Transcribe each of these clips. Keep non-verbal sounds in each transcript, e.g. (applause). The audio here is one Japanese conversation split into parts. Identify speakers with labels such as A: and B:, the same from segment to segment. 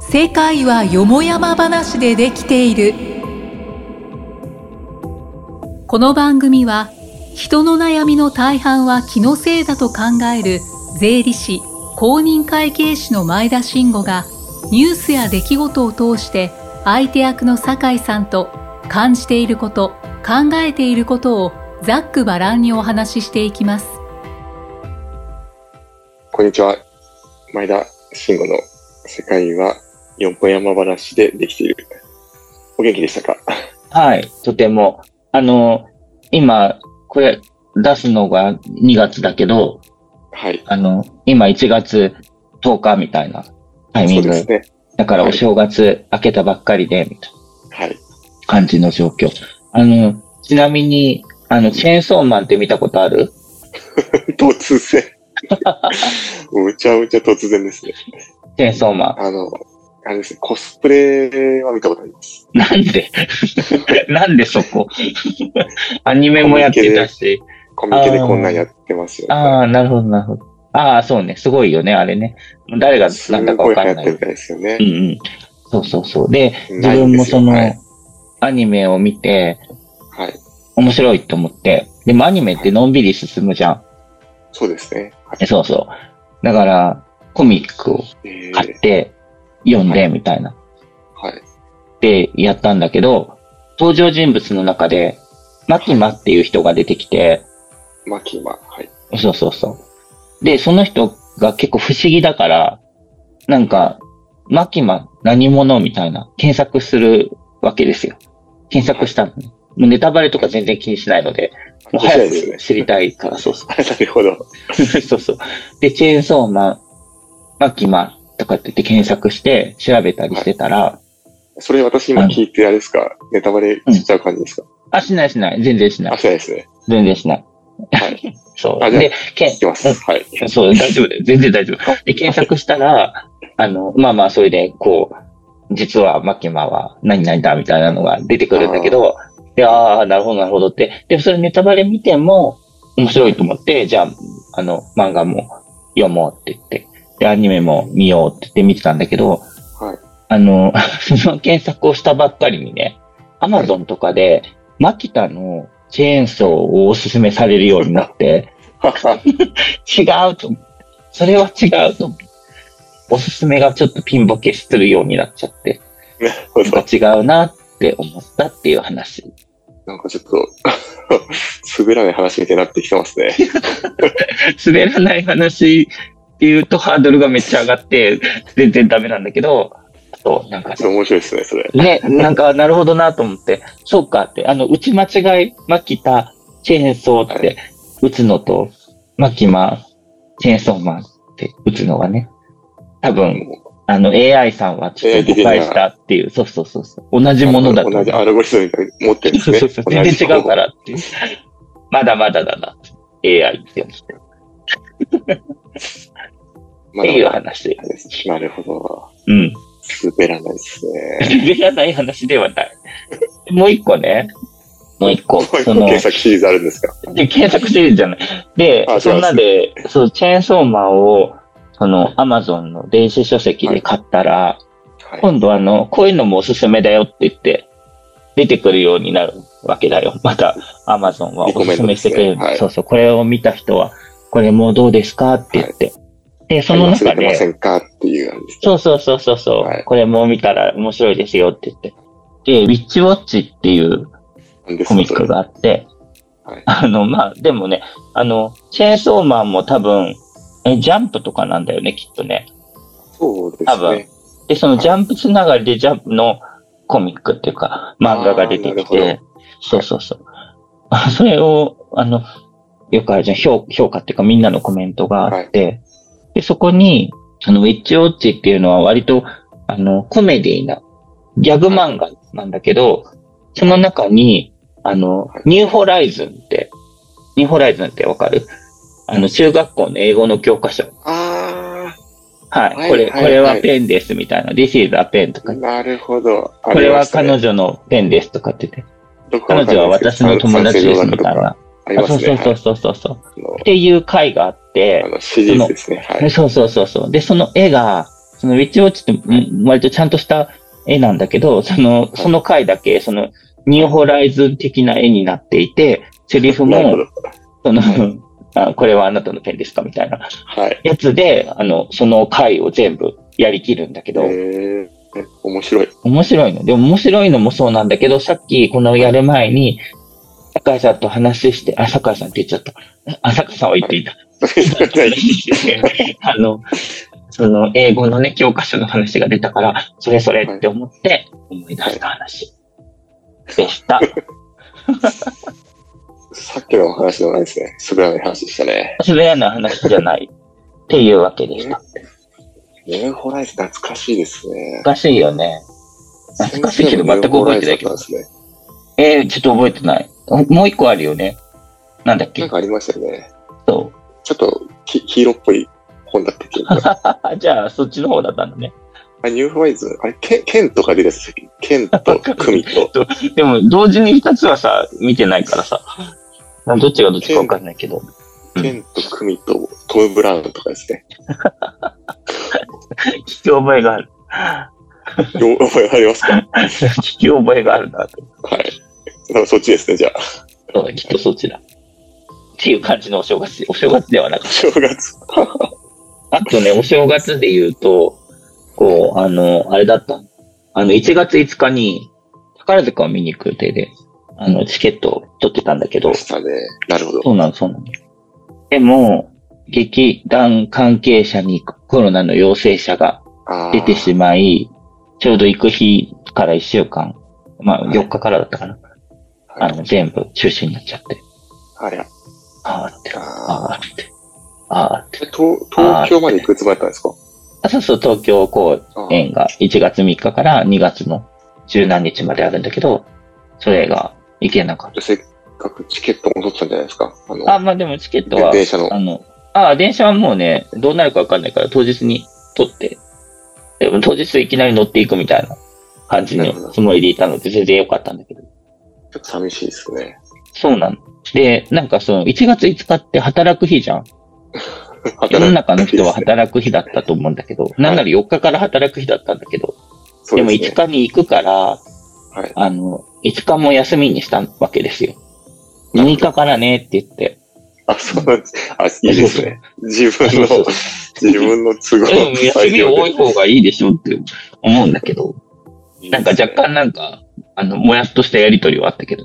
A: 世界はよもやま話でできているこの番組は人の悩みの大半は気のせいだと考える税理士公認会計士の前田慎吾がニュースや出来事を通して相手役の酒井さんと感じていること考えていることをざっくばらんにお話ししていきます
B: こんにちは。前田慎吾の世界は四本山話でできている。お元気でしたか
C: はい、とても。あの、今、これ出すのが2月だけど、
B: はい。
C: あの、今1月10日みたいなタイミ
B: そ
C: ン
B: う
C: グ。
B: ですね。
C: だから
B: はい
C: お正月明けたばっかりで、みたいな
B: はい。
C: 感じの状況。あの、ちなみに、あの、チェーンソーマンって見たことある
B: 突
C: (laughs)
B: 然。むちゃむちゃ突然ですね。
C: チェーンソーマン。
B: あの、あれですね、コスプレは見たことあります。
C: (laughs) なんでなんでそこ (laughs) アニメもやってたし。
B: コミケでこんなんやってますよ、
C: ああ、なるほど、なるほど。ああ、そうね。すごいよね、あれね。誰が
B: す
C: なんだか
B: ご
C: わ
B: い流
C: か
B: 行っ
C: んな
B: て
C: い
B: るみ。たいですよね
C: うん。うん。そうそうそう。で、自
B: ないん
C: 分
B: で
C: も
B: す
C: そ
B: よ
C: の
B: はい、
C: アニメを見て、
B: はい。
C: 面白いと思って、でもアニメってのんびり進むじゃん。
B: そうですね。は
C: え
B: い
C: そうそう。だから、コミックを
B: えー
C: 買って、読んで、みたいな。
B: はい。
C: で、やったんだけど、登場人物の中で、マキマっていう人が出てきて、
B: マキマ。はい。
C: そうそうそう。で、その人が結構不思議だから、なんか、マキマ何者みたいな検索するわけですよ。検索したのね。もうネタバレとか全然気にしないので、もう早く知り
B: い。
C: たいから、そうそ
B: (laughs) なるほど。 (laughs)
C: う。そうそう。で、チェーンソーマン、マキマとかって言って検索して調べたりしてたら、
B: それ私今聞いてあれですかネタバレしちゃう感じですか、
C: あ、しないしない。全然しな
B: あ、
C: い。
B: そうですね。
C: 全然しない。
B: はい。
C: (laughs) そう。
B: あじゃあ
C: で、けん
B: 聞きます。
C: うん
B: はい。
C: そう、大丈夫だよ。全然大丈夫。で、検索したら、あの、まあまあ、それで、こう、実はマキマは何々だみたいなのが出てくるんだけど、で、ああ、なるほど、なるほどって。で、それネタバレ見ても面白いと思って、じゃあ、あの、漫画も読もうって言って、で、アニメも見ようって言って見てたんだけど、
B: はい
C: あの、 (laughs) その検索をしたばっかりにね、アマゾンとかで、マキタのチェーンソーをおすすめされるようになって、
B: (laughs)
C: 違うと思って。それは違うと思って。おすすめがちょっとピンボケするようになっちゃって、
B: なるほ
C: なん
B: ど。
C: か違うなって思ったっていう話。
B: なんかちょっと、 (laughs) 滑らない話みたいになってきてますね。
C: 滑らない話っていうとハードルがめっちゃ上がって、全然ダメなんだけど、そう、なんか
B: ちょっと面白いですね、それ。
C: ね、なんかなるほどなと思って、そうかって、あの、打ち間違い、マキタ、チェーンソーって打つのと、マキマ、チェーンソーマンって打つのがね、多分
B: も
C: あの、AI さんはちょっと誤解したっていう、そうそうそうそう。同じ
B: う
C: ものだと。
B: 同じアルゴリズムみたいに持ってるんです
C: そう
B: ね。。
C: そうそう。全然違うかららっていう。まだまだだな。AI って思って。っ
B: ま
C: ていう
B: だ
C: 話。
B: なるほど。
C: うん。
B: 滑らないですね。
C: 滑らない話ではない。もう一個ね。もう一個。
B: こういう
C: その、
B: 検索シリーズあるんですか
C: で検索してるじゃない。で
B: あ、
C: そんなで、そう、チェーンソーマンを、その、アマゾンの電子書籍で買ったら、
B: はい。
C: 今度あの、こういうのもおすすめだよって言って、出てくるようになるわけだよ。 (laughs) また、アマゾンは
B: リコ
C: お
B: メ
C: す
B: ン
C: す
B: ドで
C: め
B: す
C: して
B: ね
C: くれる。
B: はい
C: そうそう、これを見た人は、これもどうですかって言って。で、その
B: 忘
C: 中
B: れてませ
C: で、
B: んかっていうあれです
C: そうそうそうそうそう、
B: はい
C: これも見たら面白いですよって言って。で、ウィッチウォッチっていう
B: なんです
C: コミックがあって、
B: はい
C: あの、まあ、でもね、あの、チェーンソーマンも多分、え、ジャンプとかなんだよね、きっとね。
B: そうで
C: 多
B: す
C: 分
B: ね。
C: で、そ
B: は
C: の
B: い
C: ジャンプつながりでジャンプのコミックっていうか、漫画が出てき
B: あーなる
C: て、そうそうそう。あそれを、あの、よくあるじゃん、評評価っていうかみんなのコメントがあって、で、そこに、そのウィッチウォッチっていうのは割と、あの、コメディな、ギャグ漫画なんだけど、その中に、あ
B: は
C: の
B: い、
C: ニューホライズンって、ニューホライズンってわかるあの、中学校の英語の教科書。
B: あ
C: は
B: はい
C: い、これ、
B: はい
C: これ
B: は
C: はいペンですみたいな、This is a pen とか
B: ー、なるほど。
C: これは彼女のペンですとかって言って、彼女は私の友達ですみたいな。
B: ありま
C: あそ
B: す
C: う
B: ね。
C: そうそうそうそうそう。っていう回があって
B: あ、のシリーズですね。は
C: で
B: い。
C: そうそうそうそう。で、その絵が、そのウィッチウォッチってうん割とちゃんとした絵なんだけど、その、その回だけ、その、ニューホライズ的な絵になっていて、セリフ
B: なるほど
C: も、。その、あこれはあなたのペンですかみたいな
B: はい。
C: やつで、あの、その回を全部やりきるんだけ
B: え
C: ど、
B: ー、面白い。
C: 面白いの。でも面白いのもそうなんだけど、さっきこのやる前に、坂井さんと話して、あ、坂井さんって言っちゃった。あ、坂井さんは言っていた。 (laughs) あの、その英語のね、教科書の話が出たから、それそれって思って思い出した話でした。
B: さっきのお話ではないですね。滑らない話でしたね。
C: 滑らない話じゃないっていうわけでした。
B: ニューホライズ懐かしいですね
C: お。かしいよね。懐かしいけど全く覚えてないけど
B: 先生のニューホライズだったんですね。
C: えー、ちょっと覚えてない。もう一個あるよね。なんだっ
B: なん
C: け
B: かありましたよね。
C: そ
B: ちょっとき黄色っぽい本だったけど。あ、
C: う。じゃあ、そっちの方だったんだね。
B: ニューホライズ、あれ、剣剣とか出てた時剣と組と。
C: でも、同時に二つはさ、見てないからさ。どっちがどっちかわかんないけど。うん
B: 剣と組とトム・ブラウンとかですね。
C: 聞き覚えがあ (laughs) る。
B: よ覚えられますか
C: 聞き覚えがあるなと。
B: はい。多分そっちですね、じゃあ。 (laughs)
C: そうきっとそちら。っていう感じのお正月、お正月ではなかっ
B: 正月。
C: た。あとね、お正月で言うと、こう、あの、あれだったの。あの、1月5日に、宝塚を見に行く予定で、あの、チケットを取ってたんだけど
B: で、したね。なるほど。
C: そうなの、そうなの。でも、劇団関係者にコロナの陽性者が
B: あー
C: 出てしまい、ちょうど行く日から1週間、まあ
B: はい
C: 4日からだったかな。
B: は
C: あ
B: い
C: の、全部中止になっちゃって。
B: ありゃ。
C: あーって、
B: あ
C: あーって、あーって。
B: ー東東京まで行くつもりだったんですか
C: あそうそう、東京公
B: あー
C: 演が1月3日から2月の十何日まであるんだけど、それが行けなかっ
B: せっかくチケット戻ってたんじゃないですかあの、
C: た。あ、まあでもチケットは、
B: 電車の。
C: あの、あー電車はもうね、どうなるかわかんないから当日に取って、でも当日いきなり乗っていくみたいな感じ
B: なるほ
C: の
B: ど
C: つもりでいたので全然良かったんだけど。
B: ちょっと寂しいですね。
C: そうなの。で、なんかその、1月5日って働く日じゃん。世の中の人は働く日だったと思うんだけど、なんなら4日から働く日だったんだけど、
B: そう
C: で
B: で
C: も
B: すね
C: 5日に行くから、
B: はい
C: あの、5日も休みにしたわけですよ。
B: なる
C: 6
B: ほど
C: 日からねって言って。
B: あ、そうなんです。あ、いいですね。自分の
C: そう、
B: 自分の都合
C: でも休み多い
B: い
C: 方がいいでしょって思うんだけど、なんか若干なんか、あの、もやっとしたやりとりはあったけど、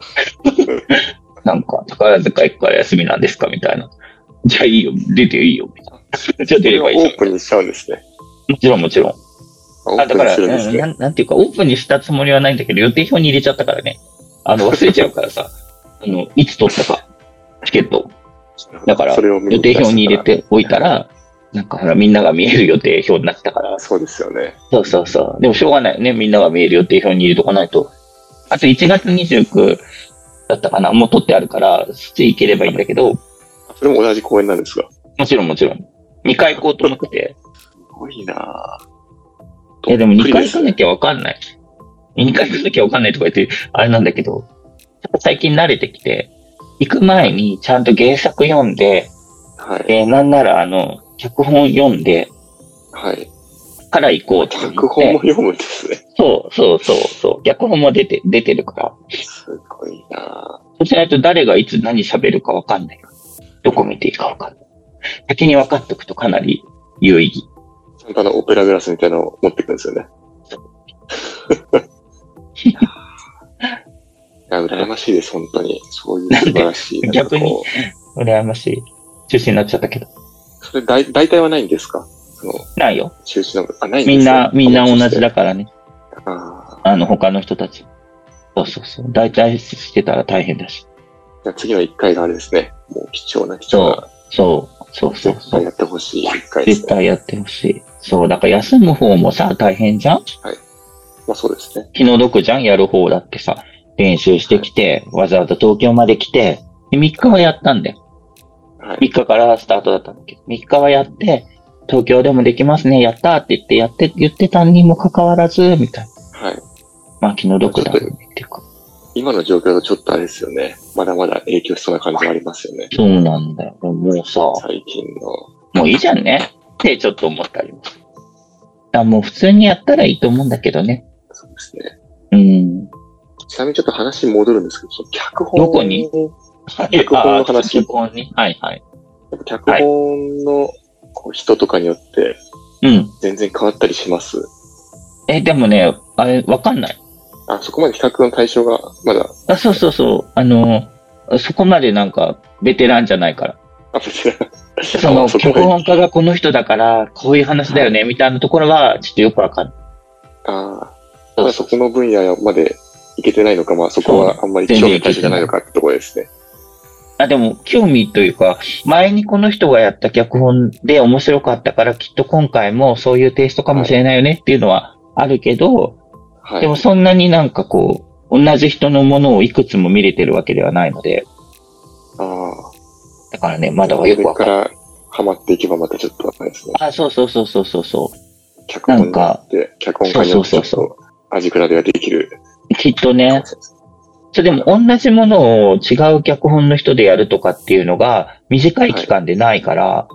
B: (laughs)
C: なんか、宝塚行くから休みなんですかみたいな。じゃあいいよ、出てい
B: (laughs)
C: いよ、みたいな。じゃあ出ればいい
B: オ
C: じゃん
B: ー。プンにしちゃうんですね。
C: もちろんもちろん。
B: あオ
C: あ、
B: ー
C: だ
B: プン
C: か
B: に
C: ら、
B: するんです
C: うんな
B: ね。
C: んなんていうか、オープンにしたつもりはないんだけど、予定表に入れちゃったからね。
B: (laughs)
C: あの、忘れちゃうからさ、あの、いつ取ったか、チケット。だから、
B: それを
C: 予
B: 見に
C: 定表に入れ。ておいたら、なんかほら、みんなが見える予定表になってたから。
B: そうですよね。
C: そうそうそう。でもしょうがないよね。みんなが見える予定表に入れとかないと。あと1月29だったかな。もう取ってあるから、そっち行ければいいんだけど、
B: それも同じ公演なんですが。す
C: もちろんもちろん。2回行こうと思って。
B: ごいなぁ
C: いやでも2回行か
B: ね。
C: なきゃわかんない。2回行かなきゃわかんないとか言って、あれなんだけど、最近慣れてきて、行く前にちゃんと原作読んで、
B: はい。
C: えーなんならあの、脚本読んで
B: はい。
C: から行こうって言って
B: 脚本も読むんですね。
C: そうそうそうそう。脚本も出て、出てるから。
B: すごいな
C: そうしないと誰がいつ何喋るかわかんないから。どこ見ていいかわかんない。先に分かっとくとかなり有意義。
B: ぁちゃんとあの、オペラグラスみたいなのを持ってくるんですよね。 (laughs) いや、羨ましいです、本当に。そういう素晴らしい。
C: なんで逆に
B: なんかこう
C: 羨ましい。中止になっちゃったけど。
B: それ大、大体はないんですかその、
C: ないよ。
B: 中止の、あ、ないんです
C: みんな、みんな同じ
B: だ。
C: だからね。
B: あー
C: あの、他の人たち。そうそうそう。大体してたら大変だし。
B: じゃあ次の一回があれですね。もう貴重な貴重な。
C: そう、そうそう
B: 絶
C: そ
B: 対
C: う。
B: やってほしい一回です
C: 絶
B: ね。
C: 対やってほしい。そう、だから休む方もさ、大変じゃん
B: まあそうですね。
C: 気の毒じゃんやる方だってさ、練習してきて、わざわざ東京まで来て、で3日はやったんだよ。
B: はい。
C: 3日からスタートだったんだけど、3日はやって、東京でもできますね、やったーって言って、やって、言ってたにもかかわらず、みたいな。
B: はい。
C: まあ気の毒だねっていうか。
B: 今の状況だとちょっとあれですよね。まだまだ影響しそうな感じがありますよね。
C: そうなんだよ。もうさ、
B: 最近の。
C: もういいじゃんねってちょっと思ったりも。あもう普通にやったらいいと思うんだけどね。
B: そうですね。
C: うん。
B: ちなみにちょっと話戻るんですけど、その脚本。
C: どこに
B: 脚本の話
C: あ脚本に。はいはい。
B: やっぱ脚本のこう人とかによって
C: うん。
B: 全然変わったりします。
C: え、でもね、あれ、わかんない。
B: あ、そこまで比較の対象がまだ、
C: あ、そうそうそう。あの、そこまでなんか、ベテランじゃないから。
B: あ、別に。
C: その、
B: あそこま
C: 脚
B: で
C: 本家がこの人だから、こういう話だよね、みたいなところは、ちょっとよくわかんない。
B: ああ、ただそこの分野までいけてないのか、まあそこはあんまり
C: そう
B: 興味対象じゃないのかってところですね。
C: あ、でも、興味というか、前にこの人がやった脚本で面白かったから、きっと今回もそういうテイストかもしれないよねっていうのはあるけど、
B: は
C: で
B: い。
C: もそんなになんかこう、同じ人のものをいくつも見れてるわけではないので、
B: あ
C: だからね、
B: あ。
C: まだはよくわか
B: これ
C: る。
B: からハマっていけばまたちょっとあれですね。
C: あ、そうそうそうそうそうそ
B: 脚本家って、脚本家によってち
C: そ
B: ょ
C: うそう
B: っ
C: そ
B: と味比べができる。
C: う。きっとね、それでも同じものを違う脚本の人でやるとかっていうのが短い期間でないから、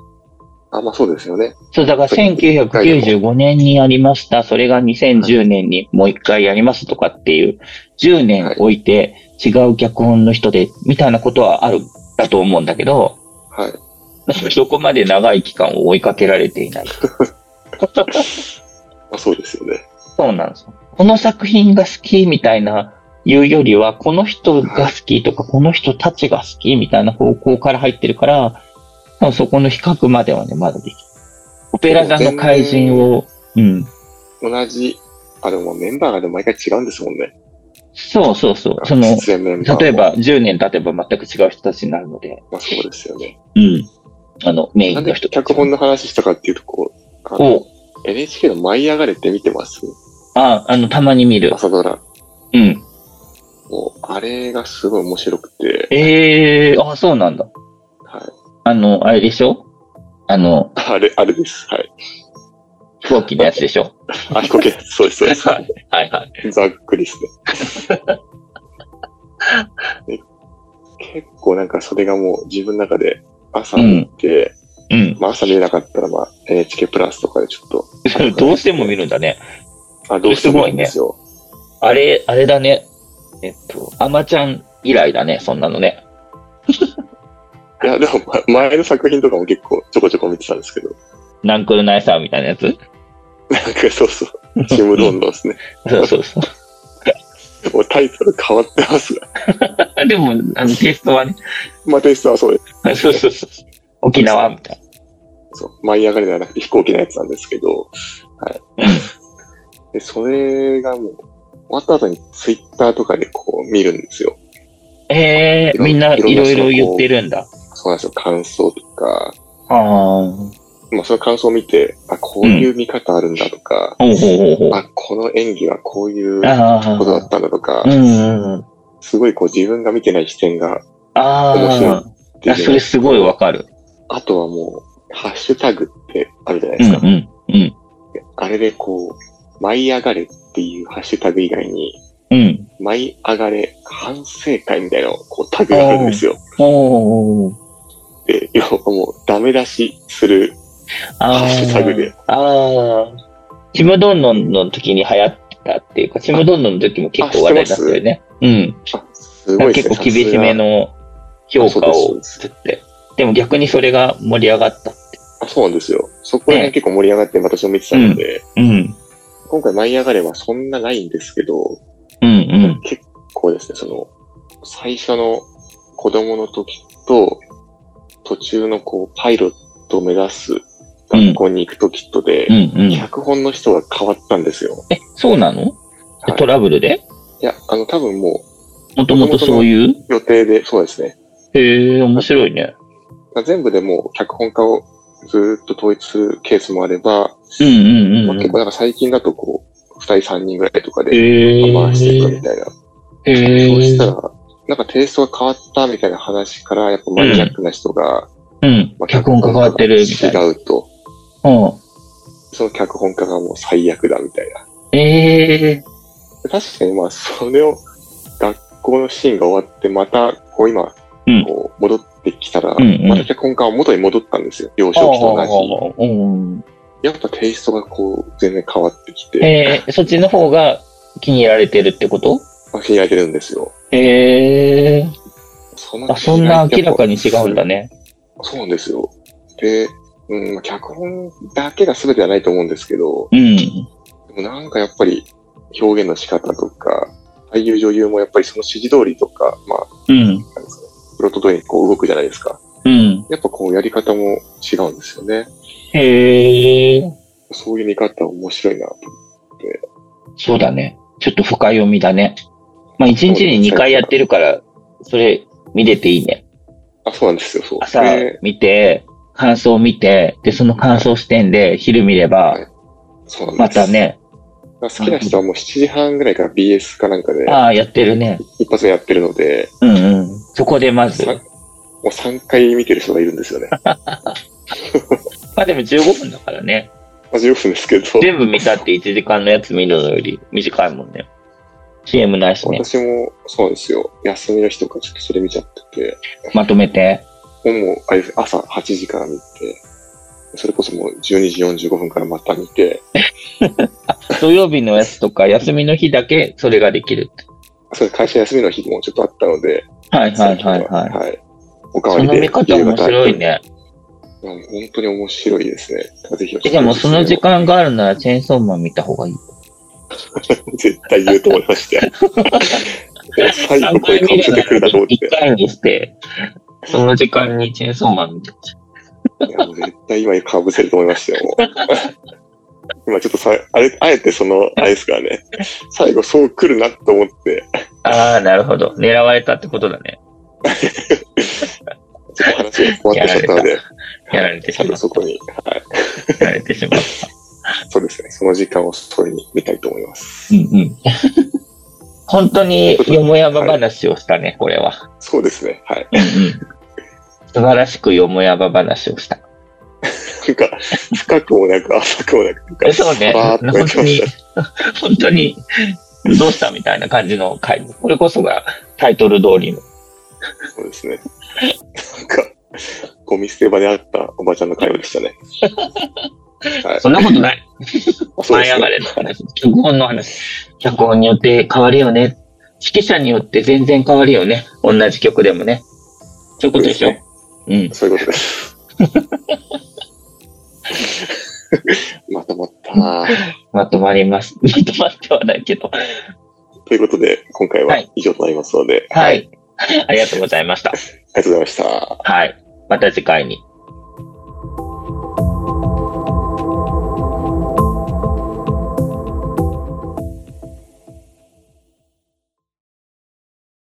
B: あ、まあそうですよね。
C: そう、だから1995年にやりました。それが2010年にもう一回やりますとかっていう、10年置いて違う脚本の人で、みたいなことはある、だと思うんだけど、
B: はい。
C: (laughs) そこまで長い期間を追いかけられて
B: (laughs)
C: いない。
B: まあそうですよね。
C: そうなんですよ。この作品が好きみたいな、いうよりは、この人が好きとか、この人たちが好きみたいな方向から入ってるから、多分そこの比較まではね、まだできる。オペラ座の怪人を、うん。
B: 同じ、あ、でもメンバーがでも毎回違うんですもんね。
C: そうそうそう。その、
B: 出演メンバーも
C: 例え、ば10年経てば全く違う人たちになるので、
B: まあそうですよね。
C: うん。あの、メイ
B: な
C: ン
B: ん
C: の
B: で
C: 人たち
B: 脚本の話したかっていうと、こう、あの
C: を、
B: NHK の舞い上がれって見てます
C: あ、あの、たまに見る。
B: 朝ドラ。
C: うん。
B: もう、あれがすごい面白くて、
C: ええあ、そうなんだ。
B: はい。
C: あの、あれでしょあの、
B: あれ、あれです。はい。
C: 飛行機のやつでしょ
B: あ、飛行機です。そうです、そうです。
C: はいはいはい。
B: ざっくりです
C: (laughs)
B: ね。で結構なんかそれがもう自分の中で朝見て、
C: うん。
B: まあ朝見れなかったらまあ NHK プラスとかでちょっと、
C: どうしても見るんだね。
B: あ、どうしてもいいんです
C: (laughs)
B: よ。
C: あれ、あれだね。えっと、アマちゃん以来だね、そんなのね。
B: いや、でもま前の作品とかも結構ちょこちょこ見てたんですけ
C: (laughs)
B: ど、
C: ナンクルナイサーみたいなやつ
B: なんかそうそう、ちむどんどんですね。
C: そうそうそ
B: もうタイトル変わってますが、
C: う。でも、あの、テイストはね。
B: まあテイストはそうです。
C: そうそうそう。沖縄みたい
B: そう舞い上がれではなくて飛行機のやつなんですけど、
C: な。うん。
B: で、それがもう、終わった後にツイッターとかでこう見るんですよ。
C: ええ
B: いろ
C: みんない
B: いろ
C: ろ
B: んない
C: ろ言ってるんだ。
B: そうなんですよ、感想とか、
C: ああ。ほ
B: まあその感想を見て、あ、こういう見方あるんだとか、
C: うほうほうほう。
B: あ、この演技はこういう
C: ああ
B: ことだったんだとか
C: う、んうんうん。
B: すごいこう自分が見てない視点が面白い
C: あ
B: 出
C: あ。あ
B: て
C: そ
B: る
C: れすごいわかる。
B: あとはもう、ハッシュタグってあるじゃないで
C: うん
B: す
C: う
B: か。
C: ん。うん。
B: あれでこう、舞い上がれっていうハッシュタグ以外に、
C: うん。
B: 舞い上がれ反省会みたいなこうタグがあるんですよ。
C: おー。
B: で、要はもうダメ出しする
C: あ
B: ハッシュタグ
C: ー
B: で。
C: ああ。ちむどんどんの時に流行ったっていうか、ちむどんどんの時も結構話題だったよね。うん。
B: あ、すごいです
C: 結
B: ね。
C: 構厳しめの評価をつって。でも逆にそれが盛り上がった。
B: あ、そうなんですよ。そこら辺結構盛り上がって私も見てたので、
C: うん。
B: 今回舞い上がれはそんなないんですけど、
C: うんうん。
B: 結構ですね、その、最初の子供の時と、途中のこう、パイロットを目指す学校に行く時とで
C: う、んうん。
B: 脚本の人が変わったんですよ。
C: え、そうなの
B: はい
C: トラブルで
B: いや、あの、多分も
C: もともとそういう
B: う予定で、そうですね。
C: へえ、面白いね。
B: 全部でもう脚本家をずっと統一するケースもあれば、
C: うんうん
B: まあ
C: うんう
B: 結
C: ん
B: 構。なんか最近だとこう、二人三人ぐらいとかで
C: へえ。
B: 回していくみたいな。
C: へえ。
B: そうしたら、なんかテイストが変わったみたいな話から、やっぱマニアックな人が、
C: うん
B: まあ。
C: 脚本家変わってるみたいな。
B: 違うと、
C: うん。
B: その脚本家がもう最悪だみたいな。
C: ええ。
B: 確かにまあ、それを、学校のシーンが終わって、また、こう今
C: うん、
B: こう戻ってきたら、
C: んうん
B: また脚本家は元に戻ったんですよ。幼少期と同じ。
C: うん。
B: やっぱテイストがこう、全然変わってきて、
C: えー、そっちの方が気に入られてるってこと
B: まあ気に入られてるんですよ。
C: ええ
B: そ
C: ー、あ、そんな明らかに違うんだ
B: ね。
C: ね。
B: そうなんですよ。で、うん、まあ脚本だけが全てはないと思うんですけど、
C: うん。
B: でもなんかやっぱり表現の仕方とか、俳優女優もやっぱりその指示通りとか、まあ、
C: うん。
B: なんですかね、プロット通りにこう動くじゃないですか。
C: うん。
B: やっぱこうやり方も違うんですよね。
C: へえー、
B: そういう見方面白いなと。
C: そうだね。ちょっと深読みだね。まあ、一日に2回やってるから、それ見れていいね。
B: あ、そうなんですよ、そう。
C: 朝
B: で
C: 見て、感想見て、で、その感想視点で昼見れば、
B: そうなん
C: ま
B: です。
C: た。ね、
B: 好きな人はもう7時半ぐらいから BS かなんかで
C: ああ、やってるね。
B: 一発でやってるので、
C: うんうん。そこでまず。
B: さもう3回見てる人がいるんですよ
C: (laughs)
B: ね。ま
C: まあでも15分だからね。
B: あ15分ですけど。
C: 全部見たって1時間のやつ見るのより短いもんね。CM ないしね。
B: 私もそうなんですよ。休みの日とかちょっとそれ見ちゃってて。
C: まとめて。
B: もう、あれです朝8時から見て、それこそもう12時45分からまた見て、
C: 土曜日のやつとか、休みの日だけそれができるって。
B: それ会社休みの日もちょっとあったので、
C: はいはいはい
B: は。
C: はいい。
B: おかわ
C: そ
B: り
C: の
B: で。
C: 見方面白い
B: 夕
C: ね。
B: 方。いや本当に面白いですね。ぜひお勧
C: え
B: め
C: でもその時間があるならチェーンソーマン見た方がいい。
B: 絶対言うと思いま
C: (laughs)
B: して。もう最後これかぶせてくるなと思って。
C: 一回にして、その時間にチェーンソーマン見て。
B: いや、もう絶対今かぶせると思いましたよ、もう今ちょっとさ、あれ、あえてその、あれですからね、最後そう来るなと思って、
C: ああ、なるほど。狙われたってことだね。
B: ちょっと話が終わってしまったので、
C: やられてし
B: 最
C: ま
B: 後
C: っ
B: そこに、はい。
C: た。やられてしまった。
B: そうですね。その時間をそれに見たいと思います。
C: うんうん。本当によもやま話をしたね、これは。
B: そうですね。はい。 (laughs)
C: うんうん。素晴らしくよもやま話をした。
B: なんか、深くもなく浅くもなく、なんか
C: そうね。
B: バーッとやっ
C: 本
B: て
C: 当
B: ま
C: に
B: し、
C: 本当に、どうしたみたいな感じの回。これこそがタイトル通りの。
B: た。そうですね。なんか、ゴミ捨て場であったおばちゃんの会話でしたね。はい。
C: そんなことない。
B: あそう
C: 舞
B: で
C: い
B: す
C: 上
B: ね。
C: がれの話。脚本の話。脚本によって変わるよね。指揮者によって全然変わるよね。同じ曲でもね。そういうことでしょ。
B: そう
C: うん。
B: そういうことです。 (laughs) まとまった
C: (laughs)
B: なぁ
C: まとまります。 (laughs) まとまってはないけど。
B: ということで、今回は
C: は
B: は以上となりますので、
C: はい。ありがとうございました。
B: ありがとうございました。
C: はい。また次回に。